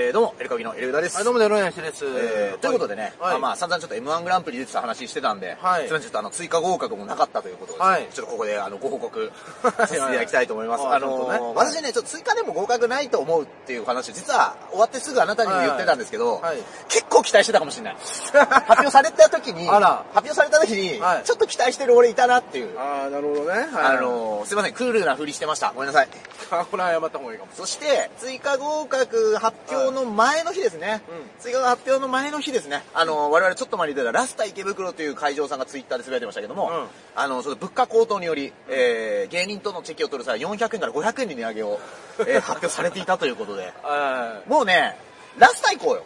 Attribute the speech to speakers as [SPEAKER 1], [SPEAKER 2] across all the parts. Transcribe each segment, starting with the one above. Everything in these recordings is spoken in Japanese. [SPEAKER 1] えー、どうも、エルカギのエルウダです。
[SPEAKER 2] はい、どうも、ね、ロイヤンシです。
[SPEAKER 1] えー、ということでね、
[SPEAKER 2] はい
[SPEAKER 1] まあまあ散々ちょっと M1 グランプリ出てた話してたんで、
[SPEAKER 2] はい
[SPEAKER 1] それにちょっとあの追加合格もなかったということで、
[SPEAKER 2] はい
[SPEAKER 1] ちょっとここであのご報 告させていただきたいと思います。
[SPEAKER 2] はい
[SPEAKER 1] あのー
[SPEAKER 2] ちょっとね
[SPEAKER 1] 私ね、ちょっと追加でも合格ないと思うっていう話、実は終わってすぐあなたにも言ってたんですけど、
[SPEAKER 2] はいはいはい
[SPEAKER 1] 結構期待してたかもしれ ない。発表された時に、
[SPEAKER 2] あら
[SPEAKER 1] 発表された時に、
[SPEAKER 2] はい
[SPEAKER 1] ちょっと期待してる俺いたなっていう、
[SPEAKER 2] あー、なるほどね。
[SPEAKER 1] あ
[SPEAKER 2] はい、
[SPEAKER 1] のーすいません、クールなふりしてました。ごめんなさい。
[SPEAKER 2] あこれは謝った方がいいかも。
[SPEAKER 1] そして、追加合格発表の前の日ですね。
[SPEAKER 2] うん
[SPEAKER 1] 追加発表の前の日ですね。あの、我々ちょっと前に出たラスタ池袋という会場さんがツイッターでつぶやいてましたけども、
[SPEAKER 2] うん
[SPEAKER 1] あの、その物価高騰により、えー、芸人とのチェキを取る際400円から500円に値上げを、え ー発表されていたということで。
[SPEAKER 2] は
[SPEAKER 1] もうね、ラスタ行こうよ。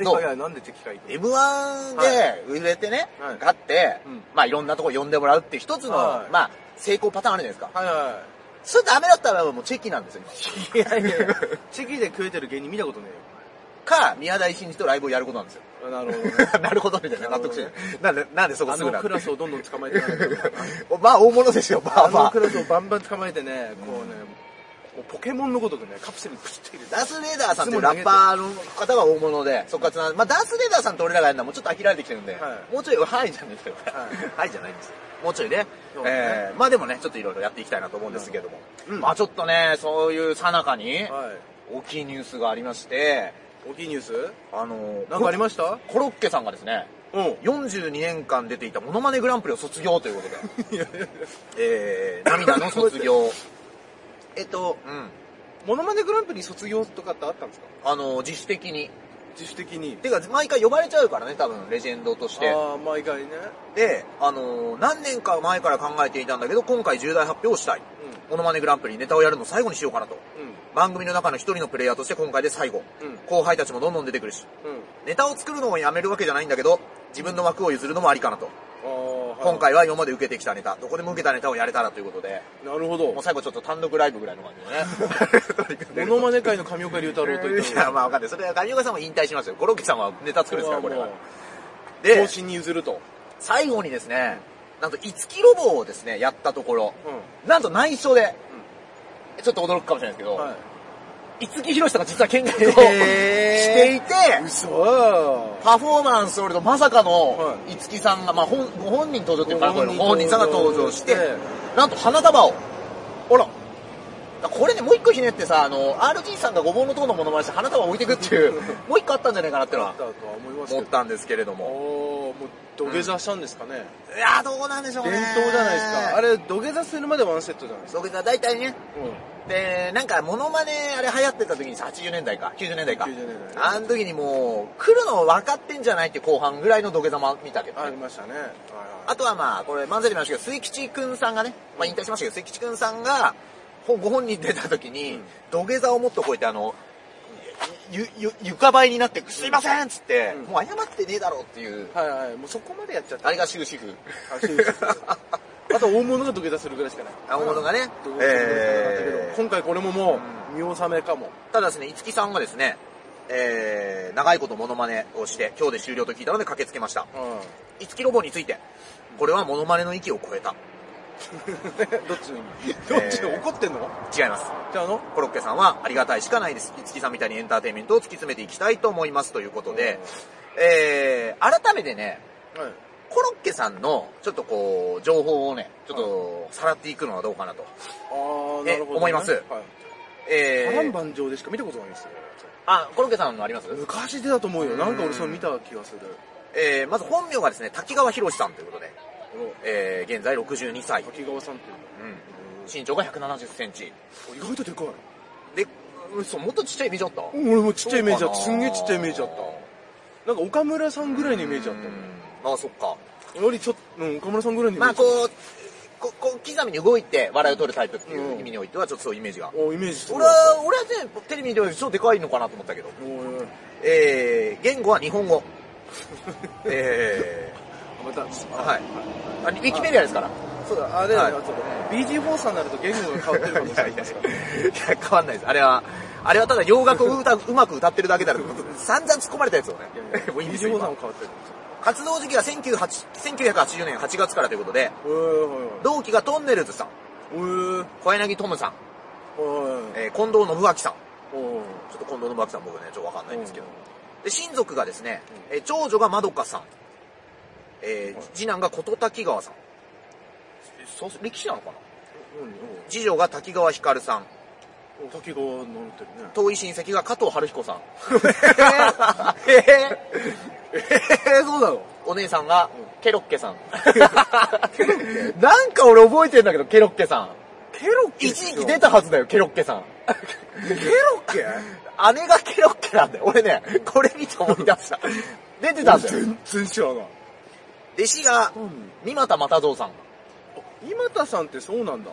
[SPEAKER 2] い。
[SPEAKER 1] どう
[SPEAKER 2] いやなんで敵かいて。
[SPEAKER 1] M1 で売れてね、
[SPEAKER 2] はい
[SPEAKER 1] 勝って、
[SPEAKER 2] うん
[SPEAKER 1] まあいろんなとこ呼んでもらうっていう一つの、
[SPEAKER 2] はい
[SPEAKER 1] まあ、成功パターンあるじゃないですか。
[SPEAKER 2] はいは
[SPEAKER 1] それダメだったらもうチェキなんですよ。
[SPEAKER 2] い。いやいやいや、チェキで食えてる芸人見たことね
[SPEAKER 1] か、宮台真司とライブをやることなんですよ。
[SPEAKER 2] えよ。なるほど ね。
[SPEAKER 1] なるほどみたいな納得してないなんで、なんでそこ
[SPEAKER 2] あ
[SPEAKER 1] すぐな
[SPEAKER 2] の
[SPEAKER 1] ん
[SPEAKER 2] ク
[SPEAKER 1] で
[SPEAKER 2] ラスをどんどん捕まえていかない と
[SPEAKER 1] まあ大物ですよ、まあ
[SPEAKER 2] あ
[SPEAKER 1] ま
[SPEAKER 2] の
[SPEAKER 1] あ
[SPEAKER 2] ク。ラスをバンバン捕まえてね、こうね、もうポケモンのごとくね、カプセルにプシュッて入れて。
[SPEAKER 1] ダースレーダーさんっていうラッパーの方が大物で、そこからつながるまあダースレーダーさんと俺らがやるのはもうちょっと飽きられてきてるんで、
[SPEAKER 2] はい
[SPEAKER 1] もうちょい、はいじゃないですよ。
[SPEAKER 2] はい
[SPEAKER 1] はいじゃないんですよ。もうちょいね。
[SPEAKER 2] そうですね
[SPEAKER 1] えー、まあでもね、ちょっといろいろやっていきたいなと思うんですけども。
[SPEAKER 2] うん
[SPEAKER 1] まあちょっとね、そういうさなかに、
[SPEAKER 2] はい。
[SPEAKER 1] 大きいニュースがありまして、
[SPEAKER 2] 大きいニュース
[SPEAKER 1] あの
[SPEAKER 2] なんかありま
[SPEAKER 1] し
[SPEAKER 2] した
[SPEAKER 1] コロッケさんがですね、
[SPEAKER 2] うん。
[SPEAKER 1] 42年間出ていたモノマネグランプリを卒業ということで。
[SPEAKER 2] い やいや
[SPEAKER 1] えー、涙の卒 業。
[SPEAKER 2] えっと、
[SPEAKER 1] うん。
[SPEAKER 2] モノマネグランプリ卒業とかってあったんですか
[SPEAKER 1] あの、自主的に。
[SPEAKER 2] 自主的に。
[SPEAKER 1] てか、毎回呼ばれちゃうからね、多分、レジェンドとして。
[SPEAKER 2] ああ、毎回ね。
[SPEAKER 1] で、あのー何年か前から考えていたんだけど、今回重大発表をしたい。モノマネグランプリネタをやるの最後にしようかなと。
[SPEAKER 2] うん。うん。
[SPEAKER 1] 番組の中の一人のプレイヤーとして今回で最後。
[SPEAKER 2] うん
[SPEAKER 1] 後輩たちもどんどん出てくるし。
[SPEAKER 2] うん。
[SPEAKER 1] ネタを作るのをやめるわけじゃないんだけど、自分の枠を譲るのもありかなと。
[SPEAKER 2] あーはい
[SPEAKER 1] 今回は今まで受けてきたネタ、どこでも受けたネタをやれたらということで、
[SPEAKER 2] なるほど
[SPEAKER 1] もう最後ちょっと単独ライブぐらいの感じで ね。
[SPEAKER 2] モノマネ界の神岡龍太郎といっ
[SPEAKER 1] い
[SPEAKER 2] た
[SPEAKER 1] や、まあわかんない。それは、上岡さんも引退しますよ。ゴロッケさんはネタ作るんですから、これは
[SPEAKER 2] もう。後
[SPEAKER 1] で、
[SPEAKER 2] 進に譲ると
[SPEAKER 1] 最後にですね、なんと、五木ロボをですね、やったところ、
[SPEAKER 2] う
[SPEAKER 1] なんと内緒で、ちょっと驚くかもしれないですけ
[SPEAKER 2] んは
[SPEAKER 1] ど、
[SPEAKER 2] い
[SPEAKER 1] 五木ひろしさんが実は 見解をし
[SPEAKER 2] へ
[SPEAKER 1] て
[SPEAKER 2] ー
[SPEAKER 1] いて、
[SPEAKER 2] 嘘
[SPEAKER 1] パフォーマンスをるとまさかの
[SPEAKER 2] は、
[SPEAKER 1] 五木さんが、まあ、本ご本人登場っていうか、
[SPEAKER 2] ご
[SPEAKER 1] ご
[SPEAKER 2] 本人
[SPEAKER 1] 本人さんが登場して
[SPEAKER 2] え、
[SPEAKER 1] なんと花束を、あら、これね、もう一個ひねってさ、あの、RG さんがごぼうの塔のものまねして花束を置いてくっていう、 もう一個あったんじゃないかなっての
[SPEAKER 2] だ
[SPEAKER 1] は
[SPEAKER 2] ったとは思いますけ
[SPEAKER 1] 思っ
[SPEAKER 2] ど
[SPEAKER 1] たんですけれど
[SPEAKER 2] お
[SPEAKER 1] も。
[SPEAKER 2] おーもう土下座したんですかね
[SPEAKER 1] いやー、どうなんでしょうね。
[SPEAKER 2] 伝統じゃないですかあ
[SPEAKER 1] れ
[SPEAKER 2] れ土下座するまでワンセットじゃないですか
[SPEAKER 1] そうだ、大体ね、で、なんか、モノマネ、あれ流行ってた時にさ、80年代か、90年代か。
[SPEAKER 2] 90年代ね
[SPEAKER 1] あの時にもう、来るの分かってんじゃないって後半ぐらいの土下座も見たけど、
[SPEAKER 2] あ
[SPEAKER 1] ね
[SPEAKER 2] りましたねはいはい
[SPEAKER 1] あとはまあ、これ、漫才でもありましたけど、末吉くんさんがね、まあ引退しましたけど、末吉くんさんが、ほご本人出た時に、
[SPEAKER 2] うん
[SPEAKER 1] 土下座をもっとこうやって、あの、ゆ、ゆ、床ばいになって、すいませんっつって、
[SPEAKER 2] うん
[SPEAKER 1] もう謝ってねえだろうっていう、
[SPEAKER 2] はいはいもうそこまでやっちゃった
[SPEAKER 1] あれが終止符。
[SPEAKER 2] あそうですそうですあと大物が土下座するぐらいしかない
[SPEAKER 1] あのものがね
[SPEAKER 2] 土下座するぐらいしかなかったけど
[SPEAKER 1] えー
[SPEAKER 2] 今回これももう見納めかも
[SPEAKER 1] ただですね、五木さんがですね、えー、長いことモノマネをして、今日で終了と聞いたので駆けつけました。
[SPEAKER 2] う
[SPEAKER 1] 五木ロボについて、これはモノマネの域を超えた。
[SPEAKER 2] んどっちの意味どっちの怒ってんの
[SPEAKER 1] 違います。
[SPEAKER 2] じゃああの
[SPEAKER 1] コロッケさんはありがたいしかないです。五木さんみたいにエンターテインメントを突き詰めていきたいと思いますということで、えー、改めてね、
[SPEAKER 2] はい
[SPEAKER 1] コロッケさんの、ちょっとこう、情報をね、ちょっと、さらっていくのはどうかなと。
[SPEAKER 2] ああ、なるほど、ね。
[SPEAKER 1] え思います
[SPEAKER 2] はい。
[SPEAKER 1] え
[SPEAKER 2] 波乱
[SPEAKER 1] ー、
[SPEAKER 2] 万丈でしか見たことないんですよ。
[SPEAKER 1] あ、コロッケさんのあります
[SPEAKER 2] 昔出たと思うよ。なんか俺それ見た気がする。
[SPEAKER 1] えー、まず本名がですね、滝川博さんということで、
[SPEAKER 2] こ
[SPEAKER 1] えー、現在62歳
[SPEAKER 2] の。滝川さんっていう
[SPEAKER 1] うん。
[SPEAKER 2] の
[SPEAKER 1] 身長が170センチ。
[SPEAKER 2] お意外とでかい。
[SPEAKER 1] で、嘘、もっとちっちゃいイメージあった
[SPEAKER 2] 俺もちっちゃいイメージあった。すんげえちっちゃいイメージあった。なんか岡村さんぐらいのイメージあっ
[SPEAKER 1] ああ、そっか。
[SPEAKER 2] た。よりちょっと、うん、岡村さんぐらいのイメ
[SPEAKER 1] ま
[SPEAKER 2] ー
[SPEAKER 1] あ
[SPEAKER 2] ジ。
[SPEAKER 1] こう、ここう刻みに動いて笑いを取るタイプっていう意味においては、ちょっとそういうイメージが。
[SPEAKER 2] おイメージする
[SPEAKER 1] 俺は、俺はね、テレビで超でかいのかなと思ったけど。
[SPEAKER 2] おいおい。
[SPEAKER 1] えー、言語は日本語。 え
[SPEAKER 2] あまた、
[SPEAKER 1] ー、はい。あ、ウィキペディアですから。
[SPEAKER 2] そうだ、あれ、
[SPEAKER 1] はい
[SPEAKER 2] ちょっと、BG4 さんになると言語が変わって るかもしれないですから。
[SPEAKER 1] いや変わんないです。あれは、あれはただ洋楽を歌ううまく歌ってるだけだろ。散々突っ込まれたやつをね
[SPEAKER 2] いやい。や
[SPEAKER 1] もういいですよ
[SPEAKER 2] BG4 さん
[SPEAKER 1] 今
[SPEAKER 2] も変わってるかもし
[SPEAKER 1] 活動時期は1908 1980年8月からということで、
[SPEAKER 2] れない。おいおい
[SPEAKER 1] 同期がトンネルズさん、
[SPEAKER 2] おい。おい
[SPEAKER 1] 小柳トムさん、
[SPEAKER 2] おいおい。
[SPEAKER 1] えー近藤信明さん、
[SPEAKER 2] おいおい。
[SPEAKER 1] ちょっとと近藤の巻さん僕ね、ちょっとわかんないんですけど。
[SPEAKER 2] う
[SPEAKER 1] で、親族がですね、
[SPEAKER 2] うん
[SPEAKER 1] えー長女がまどかさん、えー
[SPEAKER 2] はい
[SPEAKER 1] 次男が琴滝川さん。そう、力士なのかなん
[SPEAKER 2] うん
[SPEAKER 1] 次女が滝川ひかるさん。
[SPEAKER 2] うん滝川乗ってるね
[SPEAKER 1] 遠い親戚が加藤春彦さん。
[SPEAKER 2] えええそうなの
[SPEAKER 1] お姉さんがケロッケ さん。
[SPEAKER 2] なんか俺覚えてんだけど、ケロッケさん。ケロッケ
[SPEAKER 1] 一時期出たはずだよ、ケロッケさん。
[SPEAKER 2] ケロッケ
[SPEAKER 1] 姉がケロッケなんだよ。俺ね、これ見て思い出 した。出てたんだよ。
[SPEAKER 2] 全然知らない。
[SPEAKER 1] 弟子が、三股又蔵さん。
[SPEAKER 2] 今田さんってそうなんだ。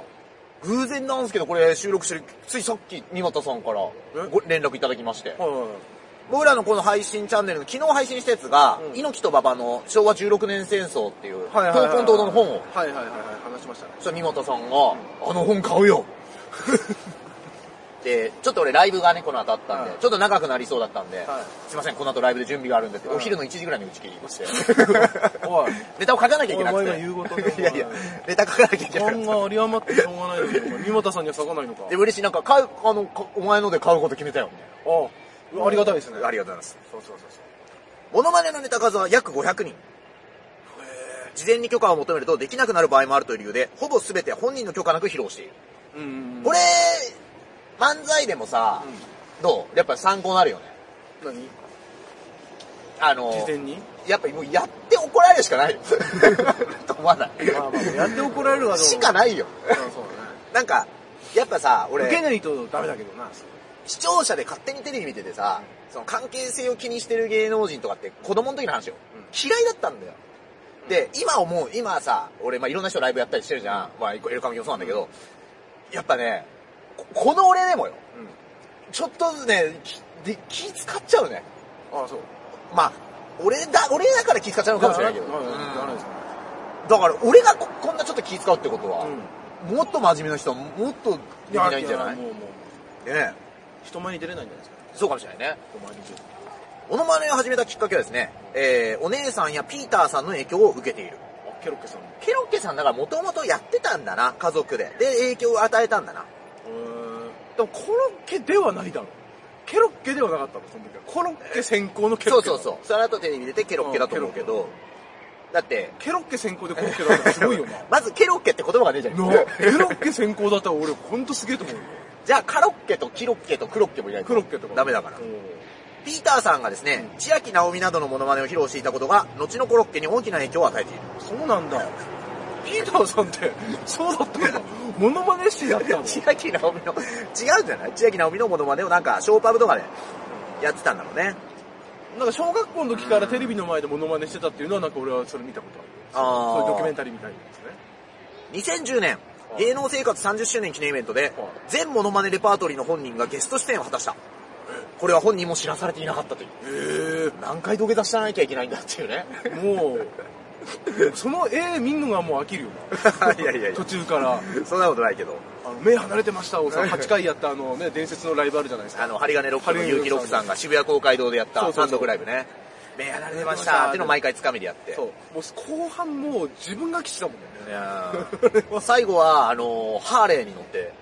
[SPEAKER 1] 偶然なんですけど、これ収録してる、ついさっき、三股さんから
[SPEAKER 2] え
[SPEAKER 1] ご連絡いただきまして。
[SPEAKER 2] は
[SPEAKER 1] 僕らのこの配信チャンネルの昨日配信したやつが、
[SPEAKER 2] うん
[SPEAKER 1] 猪木と馬場の昭和16年戦争っていう、
[SPEAKER 2] い。はいはいはい。
[SPEAKER 1] 闘魂堂々の本を、
[SPEAKER 2] はいはいはいはい、話しましたね。
[SPEAKER 1] そしたら三股さんが、あの本買う よで、ちょっと俺ライブがね、この後あったんで、
[SPEAKER 2] はい
[SPEAKER 1] ちょっと長くなりそうだったんで、
[SPEAKER 2] は
[SPEAKER 1] すいません、この後ライブで準備があるんでって、
[SPEAKER 2] はい
[SPEAKER 1] お昼の1時ぐらいに打ち切りまして、
[SPEAKER 2] い。 おい。
[SPEAKER 1] ネタを書かなきゃいけなく
[SPEAKER 2] お
[SPEAKER 1] て。
[SPEAKER 2] 前今言うことね
[SPEAKER 1] いやいや、ネタ書かなきゃいけなく
[SPEAKER 2] 勘
[SPEAKER 1] て。
[SPEAKER 2] が有り余ってしょうがないけど、三股さんには咲かないのか。
[SPEAKER 1] で、嬉しい、なんか買う、あの、かお前ので買うこと決めたよ、みたいな。
[SPEAKER 2] ああ、ありがたいですね。
[SPEAKER 1] ありがとうございます。
[SPEAKER 2] そうそうそうそう。
[SPEAKER 1] モノマネのネタ数は約500人。事前に許可を求めるとできなくなる場合もあるという理由で、ほぼ全て本人の許可なく披露している。
[SPEAKER 2] うん。
[SPEAKER 1] これ、漫才でもさ、どうやっぱ参考になるよね。
[SPEAKER 2] うん、何
[SPEAKER 1] あの、
[SPEAKER 2] 事前に
[SPEAKER 1] やっぱりもうやって怒られるしか ないよ。 と思わない。
[SPEAKER 2] まあまあ、やって怒られるわ、
[SPEAKER 1] しか
[SPEAKER 2] い。
[SPEAKER 1] ないよ。
[SPEAKER 2] うんそうだね。
[SPEAKER 1] なんか、やっぱさ、俺
[SPEAKER 2] 受、けないとダメだけどな。
[SPEAKER 1] 視聴者で勝手にテレビ見ててさ、その関係性を気にしてる芸能人とかって子供の時の話よ。嫌いだったんだよ。で、今思う、今さ、俺、まあ、いろんな人ライブやったりしてるじゃん。まあ、エルカムもそうなんだけど、やっぱね、ここの俺でもよ、ちょっとね、きで気使っちゃうね。
[SPEAKER 2] うん。ああ、そう。
[SPEAKER 1] まあ、俺だ、俺だから気使っちゃうのかもしれないけど。
[SPEAKER 2] まあまあ
[SPEAKER 1] うん
[SPEAKER 2] まあまあですね
[SPEAKER 1] だから、俺がここんなちょっと気使うってことは、
[SPEAKER 2] うん
[SPEAKER 1] もっと真面目な人はもっとできないんじゃない
[SPEAKER 2] や
[SPEAKER 1] ね
[SPEAKER 2] もうもう、
[SPEAKER 1] え
[SPEAKER 2] 人前に出れないんじゃないですか。
[SPEAKER 1] そうかもしれないね。
[SPEAKER 2] 人前に出る。
[SPEAKER 1] モノマネを始めたきっかけはですね、えー、お姉さんやピーターさんの影響を受けている。
[SPEAKER 2] あ、ケロッケさんも。
[SPEAKER 1] ケロッケさんだからもともとやってたんだな、家族で。で、影響を与えたんだな。
[SPEAKER 2] うーんでもコロッケではないだろう。ケロッケではなかったの、その時は。コロッケ先行のケロ
[SPEAKER 1] そ
[SPEAKER 2] ッ
[SPEAKER 1] う
[SPEAKER 2] ケだ。
[SPEAKER 1] そうそう。それあとテレビ出てケロッケだと思うけ
[SPEAKER 2] うんケ
[SPEAKER 1] ど、だって、
[SPEAKER 2] ケロッケ先行でコロッケだったらすごいよな。な
[SPEAKER 1] まずケロッケって言葉がねえじゃん。
[SPEAKER 2] あケロッケ先行だったら俺ほんとすげえと思うよ。
[SPEAKER 1] じゃあカロッケとキロッケとクロッケもいないと
[SPEAKER 2] クロッケとか。
[SPEAKER 1] ダメだから
[SPEAKER 2] う。ん
[SPEAKER 1] ピーターさんがですね、千秋直美などのモノマネを披露していたことが、後のコロッケに大きな影響を与えている。
[SPEAKER 2] そうなんだ。ピーターさんって、そうだったんだ。モノマネ師だったの。
[SPEAKER 1] 千秋直美の、違うんじゃない千秋直美のモノマネをなんか、ショーパブとかでやってたんだろうね。
[SPEAKER 2] なんか小学校の時からテレビの前でモノマネしてたっていうのはなんか俺はそれ見たことある。
[SPEAKER 1] あー
[SPEAKER 2] そういうドキュメンタリーみたいなやつね。
[SPEAKER 1] 2010年、芸能生活30周年記念イベントで
[SPEAKER 2] はい、
[SPEAKER 1] 全モノマネレパートリーの本人がゲスト出演を果たした。これは本人も知らされていなかったという。
[SPEAKER 2] え
[SPEAKER 1] 何回土下座しなきゃいけないんだっていうね。
[SPEAKER 2] えもう、その絵見んのがもう飽きる よな。
[SPEAKER 1] いやいやいや
[SPEAKER 2] 途中から、
[SPEAKER 1] そんなことないけど。
[SPEAKER 2] あの目離れてましたをさ、8回やったあのね、伝説のライブあるじゃないですか。
[SPEAKER 1] あの、針金ロックの結城ロックさんが渋谷公会堂でやっ
[SPEAKER 2] そ
[SPEAKER 1] た
[SPEAKER 2] うそうそう
[SPEAKER 1] 単独ライブね。目やられてましたってのを毎回つかみでやって。
[SPEAKER 2] そう。もう後半もう自分が騎士だもんね。
[SPEAKER 1] いや ー最後は、あのーハーレーに乗って、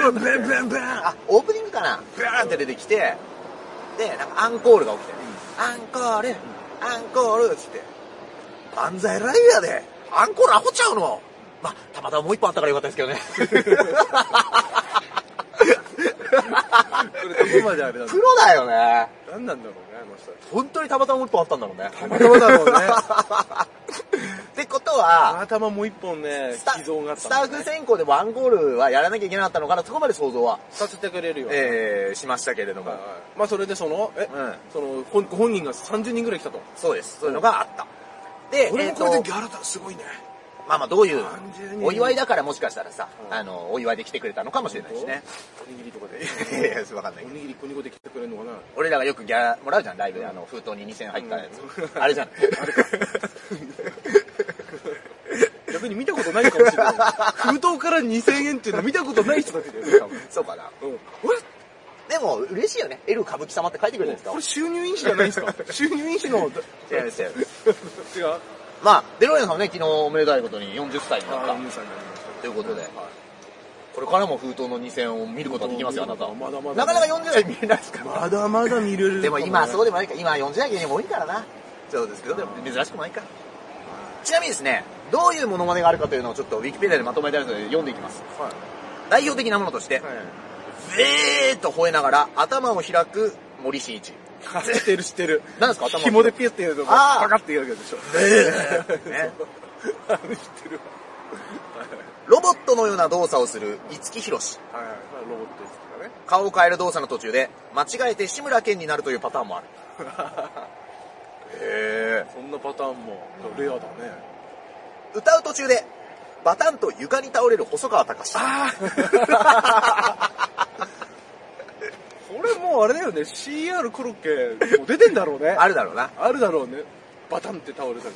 [SPEAKER 2] そう、ブンブンブン
[SPEAKER 1] あ、オープニングかなブーンって出てきて、で、なんかアンコールが起きて、アンコール、アンコールっつって、万歳ライブやで、アンコールアホちゃうのまあ、たまたまもう一本あったからよかったですけどね。
[SPEAKER 2] これどこまであれだろ
[SPEAKER 1] プロだよね。
[SPEAKER 2] う。何なんだろうね、あの人。
[SPEAKER 1] 本当にたまたまもう一本あったんだろうね。
[SPEAKER 2] そうだろうね。
[SPEAKER 1] ってことは、
[SPEAKER 2] 頭もう一本ね、
[SPEAKER 1] スタ
[SPEAKER 2] 寄贈があった
[SPEAKER 1] スタッフ選考でもアンコールはやらなきゃいけなかったのかな、そこまで想像は、
[SPEAKER 2] させてくれるよ。
[SPEAKER 1] えー、しましたけれども。
[SPEAKER 2] はいまあそれでその、え、
[SPEAKER 1] うん
[SPEAKER 2] その、本ご本人が30人ぐらい来たと。
[SPEAKER 1] そうです。そういうのがあった。で、えっと、
[SPEAKER 2] ャラだ、すごいね。
[SPEAKER 1] まあまあどういう
[SPEAKER 2] 30、人
[SPEAKER 1] お祝いだからもしかしたらさ、
[SPEAKER 2] うん
[SPEAKER 1] あの、お祝いで来てくれたのかもしれないしね。
[SPEAKER 2] おにぎりとか で。
[SPEAKER 1] いやい や、わかんない
[SPEAKER 2] お
[SPEAKER 1] けど。
[SPEAKER 2] にぎり1個2個で来てくれるのかな
[SPEAKER 1] 俺らがよくギャラもらうじゃん、ライブで。あの、封筒に2000円入ったやつ。あれじゃん。
[SPEAKER 2] 逆に見たことないかもしれない。封筒から2000円っていうの見たことない人たちだよね、多分。
[SPEAKER 1] そうかな。
[SPEAKER 2] うん。
[SPEAKER 1] でも、嬉しいよね。L 歌舞伎様って書いてくれるじゃない
[SPEAKER 2] これ
[SPEAKER 1] です
[SPEAKER 2] 収入印紙じゃないですか収入印紙の、違う。
[SPEAKER 1] か。違います、違います。
[SPEAKER 2] あ
[SPEAKER 1] まあ、デロリアンさんもね、昨日おめでたいことに40歳になっ
[SPEAKER 2] あ、
[SPEAKER 1] た
[SPEAKER 2] お。姉さんになりました
[SPEAKER 1] ということで、これからも封筒の2000を見ることができますよ、あなたは。
[SPEAKER 2] まだまだ
[SPEAKER 1] なかなか40代見れないですから。
[SPEAKER 2] まだまだ見れる
[SPEAKER 1] でも今はそう
[SPEAKER 2] で
[SPEAKER 1] でもないか、今は40代芸人も多いからな。そうですけど、でも珍しくもないか。ちなみにですね、どういうモノマネがあるかというのをちょっとウィキペディアでまとめてあるので読んでいきます。
[SPEAKER 2] はい
[SPEAKER 1] 代表的なものとして、
[SPEAKER 2] はい
[SPEAKER 1] えーっと吠えながら頭を開く森進一。
[SPEAKER 2] あ知ってる知ってる
[SPEAKER 1] 何ですか頭を
[SPEAKER 2] 紐でピュってやると
[SPEAKER 1] あー
[SPEAKER 2] パカってやるやつでしょ
[SPEAKER 1] ね
[SPEAKER 2] あの知ってる
[SPEAKER 1] ロボットのような動作をする五木ひろし。
[SPEAKER 2] わはいはいまあロボットですからね
[SPEAKER 1] 顔を変える動作の途中で、間違えて志村けんになるというパターンもある。 へ
[SPEAKER 2] そんなパターンもレアだね
[SPEAKER 1] ー歌う途中で、バタンと床に倒れる細川隆史。
[SPEAKER 2] ああこれもうあれだよね CR コロッケもう出てんだろうね
[SPEAKER 1] あるだろうな。
[SPEAKER 2] あるだろうねバタンって倒れたりね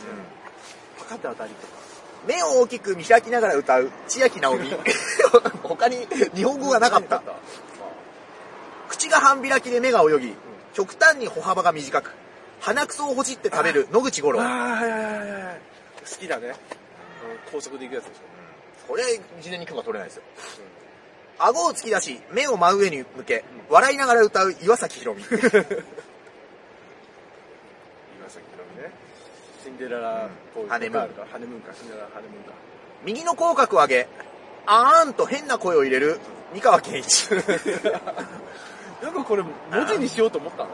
[SPEAKER 2] パカって当たりとか
[SPEAKER 1] 目を大きく見開きながら歌う千秋直美。 他に日本語がなかった。口が半開きで目が泳ぎ、極端に歩幅が短く、鼻くそをほじって食べる野口五
[SPEAKER 2] あ
[SPEAKER 1] 郎。
[SPEAKER 2] あはいはいはいはい好きだねあの高速で行くやつでし
[SPEAKER 1] これ、事前に許可取れないですよ。顎を突き出し、目を真上に向け、笑いながら歌う岩崎宏 美。
[SPEAKER 2] ょ岩崎宏美ねシンデレラっぽい
[SPEAKER 1] うんハネムーン
[SPEAKER 2] あるからハネムーンかシンデレラハネムーンか
[SPEAKER 1] 右の口角を上げ、あーんと変な声を入れる三河健一。
[SPEAKER 2] よくこれ文字にしようと思 ったの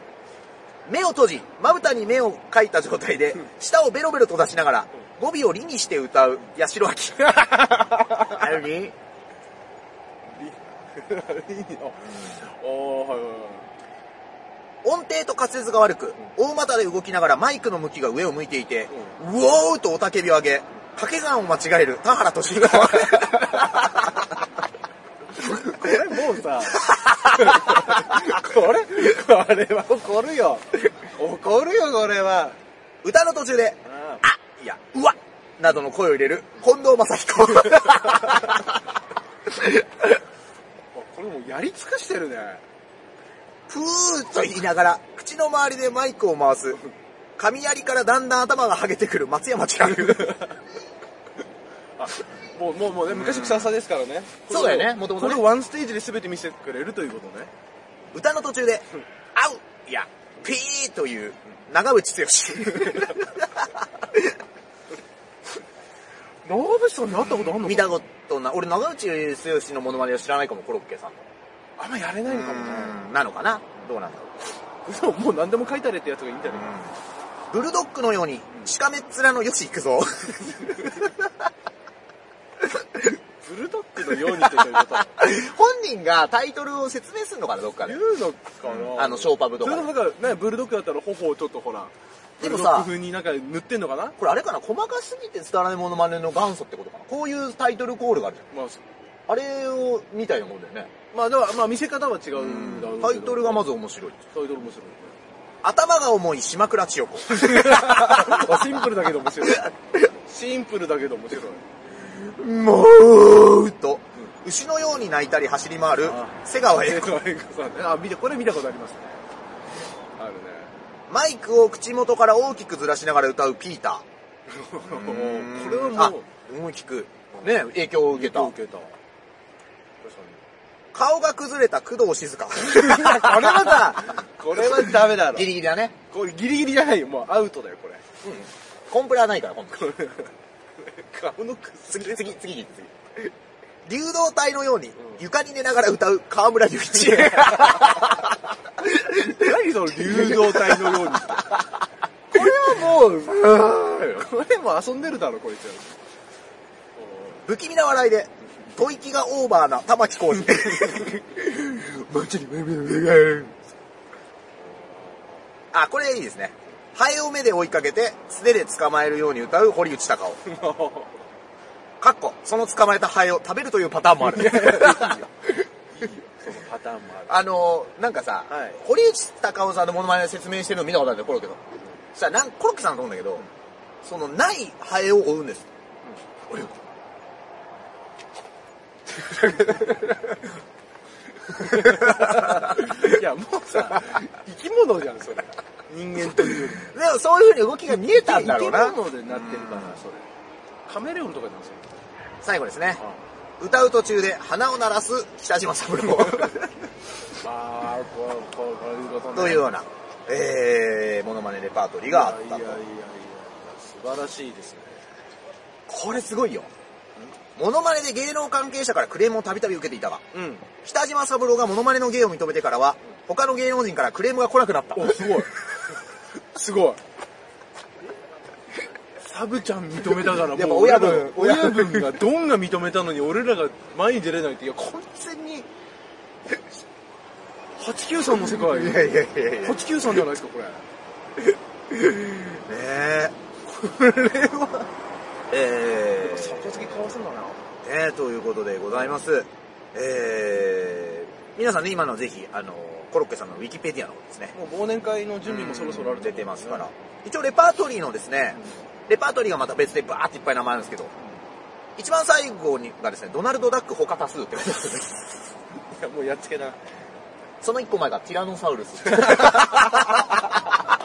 [SPEAKER 1] 目を閉じ、まぶたに目をかいた状態で、舌をベロベロと出しながら、語尾を理にして歌う八代明。あれに
[SPEAKER 2] リいいのおーはいはいはい
[SPEAKER 1] 音程と滑舌が悪く、大股で動きながらマイクの向きが上を向いていて、うおーと雄たけびを上げ、掛け算を間違える田原俊彦。
[SPEAKER 2] これもうさ、これ、これは怒るよ。怒るよ、これは。
[SPEAKER 1] 歌の途中で、
[SPEAKER 2] あ
[SPEAKER 1] あいや、うわなどの声を入れる近藤正彦。
[SPEAKER 2] これもうやり尽くしてるね。
[SPEAKER 1] ふーっと言いながら、口の周りでマイクを回す。雷からだんだん頭がはげてくる松山千春。
[SPEAKER 2] あ、もう、もう、もうね、昔草さですからね。
[SPEAKER 1] そうだよね元々ね
[SPEAKER 2] これをワンステージで全て見せてくれるということね。
[SPEAKER 1] 歌の途中で、あういや、ピーという、長渕 剛。
[SPEAKER 2] 長渕さんに会ったことあんの
[SPEAKER 1] 見たことな、俺長渕剛のモノマネを知らないかも、コロッケさんの。
[SPEAKER 2] あんまやれないのかもね。
[SPEAKER 1] なのかなどうなんだろう。
[SPEAKER 2] そう、もう何でも書いてあれってやつがいいんじゃないか
[SPEAKER 1] ブルドッグのように、しかめっ面のよし行くぞ。
[SPEAKER 2] ブルドッグのようにってどういうこと
[SPEAKER 1] 本人がタイトルを説明するのかな、どっかで
[SPEAKER 2] 言。うのかな
[SPEAKER 1] あの、ショーパブと
[SPEAKER 2] それ
[SPEAKER 1] か
[SPEAKER 2] の
[SPEAKER 1] で。
[SPEAKER 2] なんか、ね、ブルドッグだったら頬をちょっとほら、
[SPEAKER 1] でもさ
[SPEAKER 2] ブルドッグ風になんか塗ってんのかな
[SPEAKER 1] これあれかな細かすぎて伝わらないモノマネの元祖ってことかなこういうタイトルコールがあるじゃん。
[SPEAKER 2] まあ、
[SPEAKER 1] あれを、みたいなもんだよね。
[SPEAKER 2] まあでは、まあ見せ方は違うんだろうけど。
[SPEAKER 1] タイトルがまず面白い。
[SPEAKER 2] タイトル面白い。
[SPEAKER 1] 頭が重い島倉千代子。
[SPEAKER 2] あシンプルだけど面白い。シンプルだけど面白い。
[SPEAKER 1] もうと、牛のように泣いたり走り回る
[SPEAKER 2] あ
[SPEAKER 1] 瀬川栄
[SPEAKER 2] え
[SPEAKER 1] 子。
[SPEAKER 2] これさんね。あ、見て、これ見たことありますね。あるね。
[SPEAKER 1] マイクを口元から大きくずらしながら歌うピーター。
[SPEAKER 2] これは
[SPEAKER 1] あ
[SPEAKER 2] もう、
[SPEAKER 1] 思い聞く。ね、影響を受けた。
[SPEAKER 2] 受けた。確
[SPEAKER 1] 顔が崩れた工藤静 香。
[SPEAKER 2] かに。これはさ、これはダメだ ろ
[SPEAKER 1] ギ。リギリだね。
[SPEAKER 2] これギリギリじゃないよ。もうアウトだよ、これ。
[SPEAKER 1] コンプラはないから、今度。
[SPEAKER 2] 顔の崩
[SPEAKER 1] 次、
[SPEAKER 2] れ。
[SPEAKER 1] 次、次、次。流動体のように床に寝ながら歌う河村隆 一。
[SPEAKER 2] 何その流動体のようにって。これはもう、 これもう遊んでるだろ、こいつ。
[SPEAKER 1] 不気味な笑いで、吐息がオーバーな玉木浩 二。あ、これいいですね。ハエを目で追いかけて、素手で捕まえるように歌う堀内隆夫。かっこ、その捕まえたハエを食べるというパターンもある。
[SPEAKER 2] そのパターンもある。
[SPEAKER 1] あのー、なんかさ、
[SPEAKER 2] はい
[SPEAKER 1] 堀内隆夫さんのモノマネで説明してるの見たことあるんだよ、コロッケの。そしたらなん、コロッケさんだと思うんだけど、その、ないハエを追うんです。俺よ
[SPEAKER 2] いや、もうさ、生き物じゃん、それ。人間というよ り。
[SPEAKER 1] でもそういう風に動きが見えたんだろうな。
[SPEAKER 2] 生き物でなってるから、それ。カメレオンとかじゃん、それ。
[SPEAKER 1] 最後ですね。歌う途中で鼻を鳴らす北島 三郎
[SPEAKER 2] ああ、こう、こう、こういうことね。
[SPEAKER 1] というような、えー、モノマネレパートリーがあった
[SPEAKER 2] いやい
[SPEAKER 1] と
[SPEAKER 2] やいやいや、素晴らしいですね。
[SPEAKER 1] これすごいよモノマネで芸能関係者からクレームをたびたび受けていたが
[SPEAKER 2] うん。
[SPEAKER 1] 北島三郎がモノマネの芸を認めてからは他の芸能人からクレームが来なくなった
[SPEAKER 2] お、すごい。すごい。サブちゃん認めたからもう
[SPEAKER 1] やっぱ親分
[SPEAKER 2] 俺ら
[SPEAKER 1] 親
[SPEAKER 2] が親
[SPEAKER 1] 分
[SPEAKER 2] 分がドンが認めたのに俺らが前に出れないっていや完全に893の世界
[SPEAKER 1] いやいやいやいやね
[SPEAKER 2] 893じゃないですかこれ
[SPEAKER 1] え
[SPEAKER 2] これは
[SPEAKER 1] えー
[SPEAKER 2] 逆付けかわすんだな
[SPEAKER 1] ねえということでございます。えー、皆さんね、今のぜひ、あの、コロッケさんのウィキペディアの方ですね。
[SPEAKER 2] もう忘年会の準備もそろそろある
[SPEAKER 1] 出てますから。一応レパートリーのですね、レパートリーがまた別でバーっていっぱい名前あるんですけど、一番最後にがですね、ドナルド・ダック他多数ってことです。
[SPEAKER 2] いやもうやっつけな
[SPEAKER 1] その一個前がティラノサウル ス。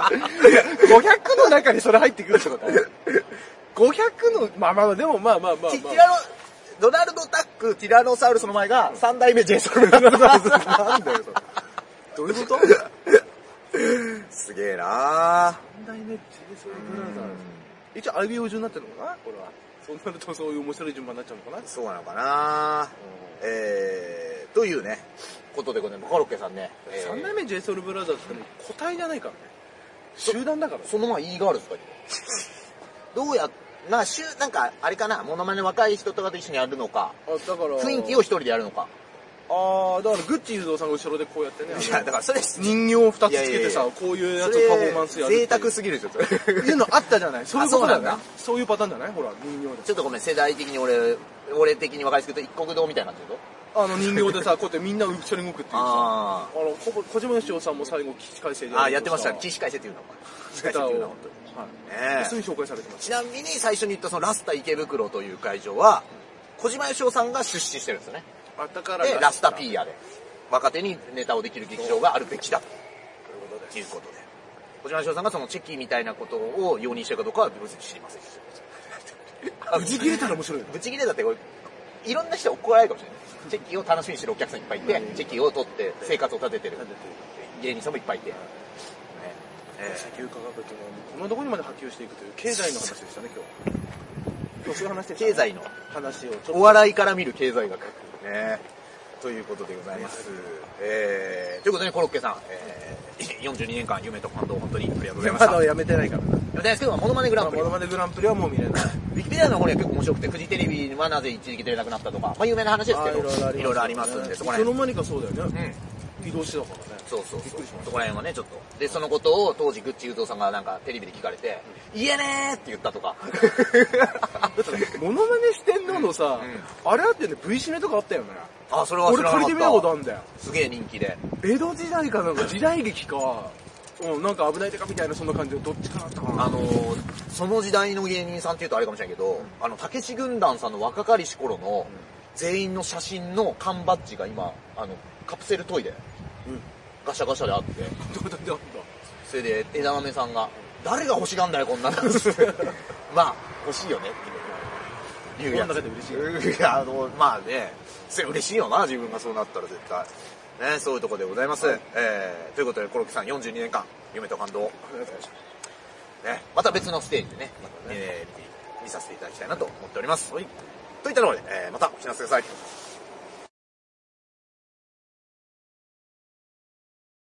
[SPEAKER 2] 500の中にそれ入ってくるってこと ?500 の、まあまあまあ、でもまあまあまあ、
[SPEAKER 1] ティ
[SPEAKER 2] ま
[SPEAKER 1] ティラノ、ドナルド・ダック、ティラノサウルスの前が三代目ジェイソン・ルー
[SPEAKER 2] あ。なんだよ、それ。どういうこと
[SPEAKER 1] すげえな
[SPEAKER 2] 三代目 JS ブラザー
[SPEAKER 1] うん
[SPEAKER 2] ズ。一応、あいうえお順になってるのかなこれは。そうなると、そういう面白い順番になっちゃうのかな
[SPEAKER 1] そうなのかなえー、というね、ことでございます。コロッケさんね。えー
[SPEAKER 2] 三代目 JS ブラザーズってもう個体じゃないからね。集団だからね。
[SPEAKER 1] その前 E ガールズだけど。どうや、な、週、なんか、あれかな、モノマネ若い人とかと一緒にやるのか、
[SPEAKER 2] あ、だから。
[SPEAKER 1] 雰囲気を一人でやるのか。
[SPEAKER 2] ああ、だから、グッチ雄三さんが後ろでこうやってね。あの
[SPEAKER 1] いや、だからそれ、
[SPEAKER 2] 人形を二つつ
[SPEAKER 1] い
[SPEAKER 2] け
[SPEAKER 1] やいや
[SPEAKER 2] て
[SPEAKER 1] いや
[SPEAKER 2] さ、こういうや
[SPEAKER 1] そ
[SPEAKER 2] つをパフォーマンスや
[SPEAKER 1] れ
[SPEAKER 2] るってい
[SPEAKER 1] 贅
[SPEAKER 2] う。
[SPEAKER 1] 沢すぎるでしょ、それち
[SPEAKER 2] っていうのあったじゃないそういうことだよね
[SPEAKER 1] あそうなんだ。
[SPEAKER 2] そういうパターンじゃないほら、人形で。
[SPEAKER 1] ょっとごめん、世代的に俺、俺的に若いですけど、一国堂みたいになってるぞ。
[SPEAKER 2] あの人形でさ、こうやってみんな浮所に動くっていうさ。あ
[SPEAKER 1] あ
[SPEAKER 2] の、ここ小島よしおさんも最後、起死回生で。
[SPEAKER 1] ーあー、やってましたね。起死回生っていうのか。起死
[SPEAKER 2] ネ
[SPEAKER 1] 回生っ
[SPEAKER 2] タを。
[SPEAKER 1] ていうの
[SPEAKER 2] は
[SPEAKER 1] は本当に。
[SPEAKER 2] い。
[SPEAKER 1] ね
[SPEAKER 2] 普
[SPEAKER 1] え
[SPEAKER 2] 通に紹介されてまし
[SPEAKER 1] ちなみに最初に言ったそのラスタ池袋という会場は、小島よしおさんが出資してるんですよね。
[SPEAKER 2] た。あったから
[SPEAKER 1] で、ラスタピーヤで、若手にネタをできる劇場があるべきだ
[SPEAKER 2] ということで
[SPEAKER 1] ということで。小島よしおさんがそのチェキみたいなことを容認してるかどうかは別に知りません。あ
[SPEAKER 2] 打ち切れたら面白いよね。
[SPEAKER 1] ぶち切れだってこれ、いろんな人怒られるかもしれない。チェキを楽しみにしてるお客さんいっぱいいて、チェキを取って生活を立ててる芸人さんもいっぱいいて。ねえ
[SPEAKER 2] 石油価格っていうのはこんなところにまで波及していくという経済の話でしたね、今日。今日そういう話で
[SPEAKER 1] ー
[SPEAKER 2] したね
[SPEAKER 1] 経済の
[SPEAKER 2] 話をちょっ
[SPEAKER 1] お笑いから見る経済学。ね。ということでございます。えー、ということでね、コロッケさん、えー、42年間夢と感動を本当にありがとうござい
[SPEAKER 2] と。
[SPEAKER 1] ま
[SPEAKER 2] ま
[SPEAKER 1] した。
[SPEAKER 2] だやめてないからな。
[SPEAKER 1] やりたいですけど、モノマネグランプリ
[SPEAKER 2] モ。ノマネグランプリはもう見れない。
[SPEAKER 1] ウィキペディアの方には結構面白くて、フジテレビはなぜ一時期出れなくなったとか、まあ有名な話ですけど、いろいろありますんで、そこら
[SPEAKER 2] いつ
[SPEAKER 1] 辺。
[SPEAKER 2] の間にかそうだよ
[SPEAKER 1] う
[SPEAKER 2] ね。
[SPEAKER 1] ん。
[SPEAKER 2] 移動してたからね。
[SPEAKER 1] そうそう
[SPEAKER 2] びっ
[SPEAKER 1] そ
[SPEAKER 2] く
[SPEAKER 1] う
[SPEAKER 2] りしまし。た
[SPEAKER 1] そこら辺はね、ちょっと。で、そのことを当時、グッチ雄三さんがなんかテレビで聞かれて、言えねーって言ったと か。
[SPEAKER 2] だって、モノマネしてんののさ、あれあってね、V シネとかあったよね。
[SPEAKER 1] あ、それは知
[SPEAKER 2] 俺
[SPEAKER 1] らな
[SPEAKER 2] 借
[SPEAKER 1] か
[SPEAKER 2] り
[SPEAKER 1] って
[SPEAKER 2] 見たことあ
[SPEAKER 1] た。
[SPEAKER 2] るんだよ。
[SPEAKER 1] すげえ人気で。
[SPEAKER 2] 江戸時代かなんか、時代劇か、うん、なんか危ない手かみたいなそんな感じで、どっちかなったかな。
[SPEAKER 1] あのーその時代の芸人さんっていうとあれかもしれないけど、あの、たけし軍団さんの若かりし頃の全員の写真の缶バッジが今、あの、カプセルトイレ、
[SPEAKER 2] うん
[SPEAKER 1] ガシャガシャであって、
[SPEAKER 2] どうだってあっ
[SPEAKER 1] それで枝豆さんが、誰が欲しがんだよ、こんなの。 まあ、欲しいよねっていう。いうや
[SPEAKER 2] こんなので
[SPEAKER 1] つ。いや、あの、まあね、それ嬉しいよな、自分がそうなったら絶対。ね、そういうとこでございます。えー、ということで、コロッケさん42年間、夢と感動を
[SPEAKER 2] た。
[SPEAKER 1] ね、また別のステージでね、えー見て見させていただきたいなと思っております。といったところで、えーまたお聞きなさいください。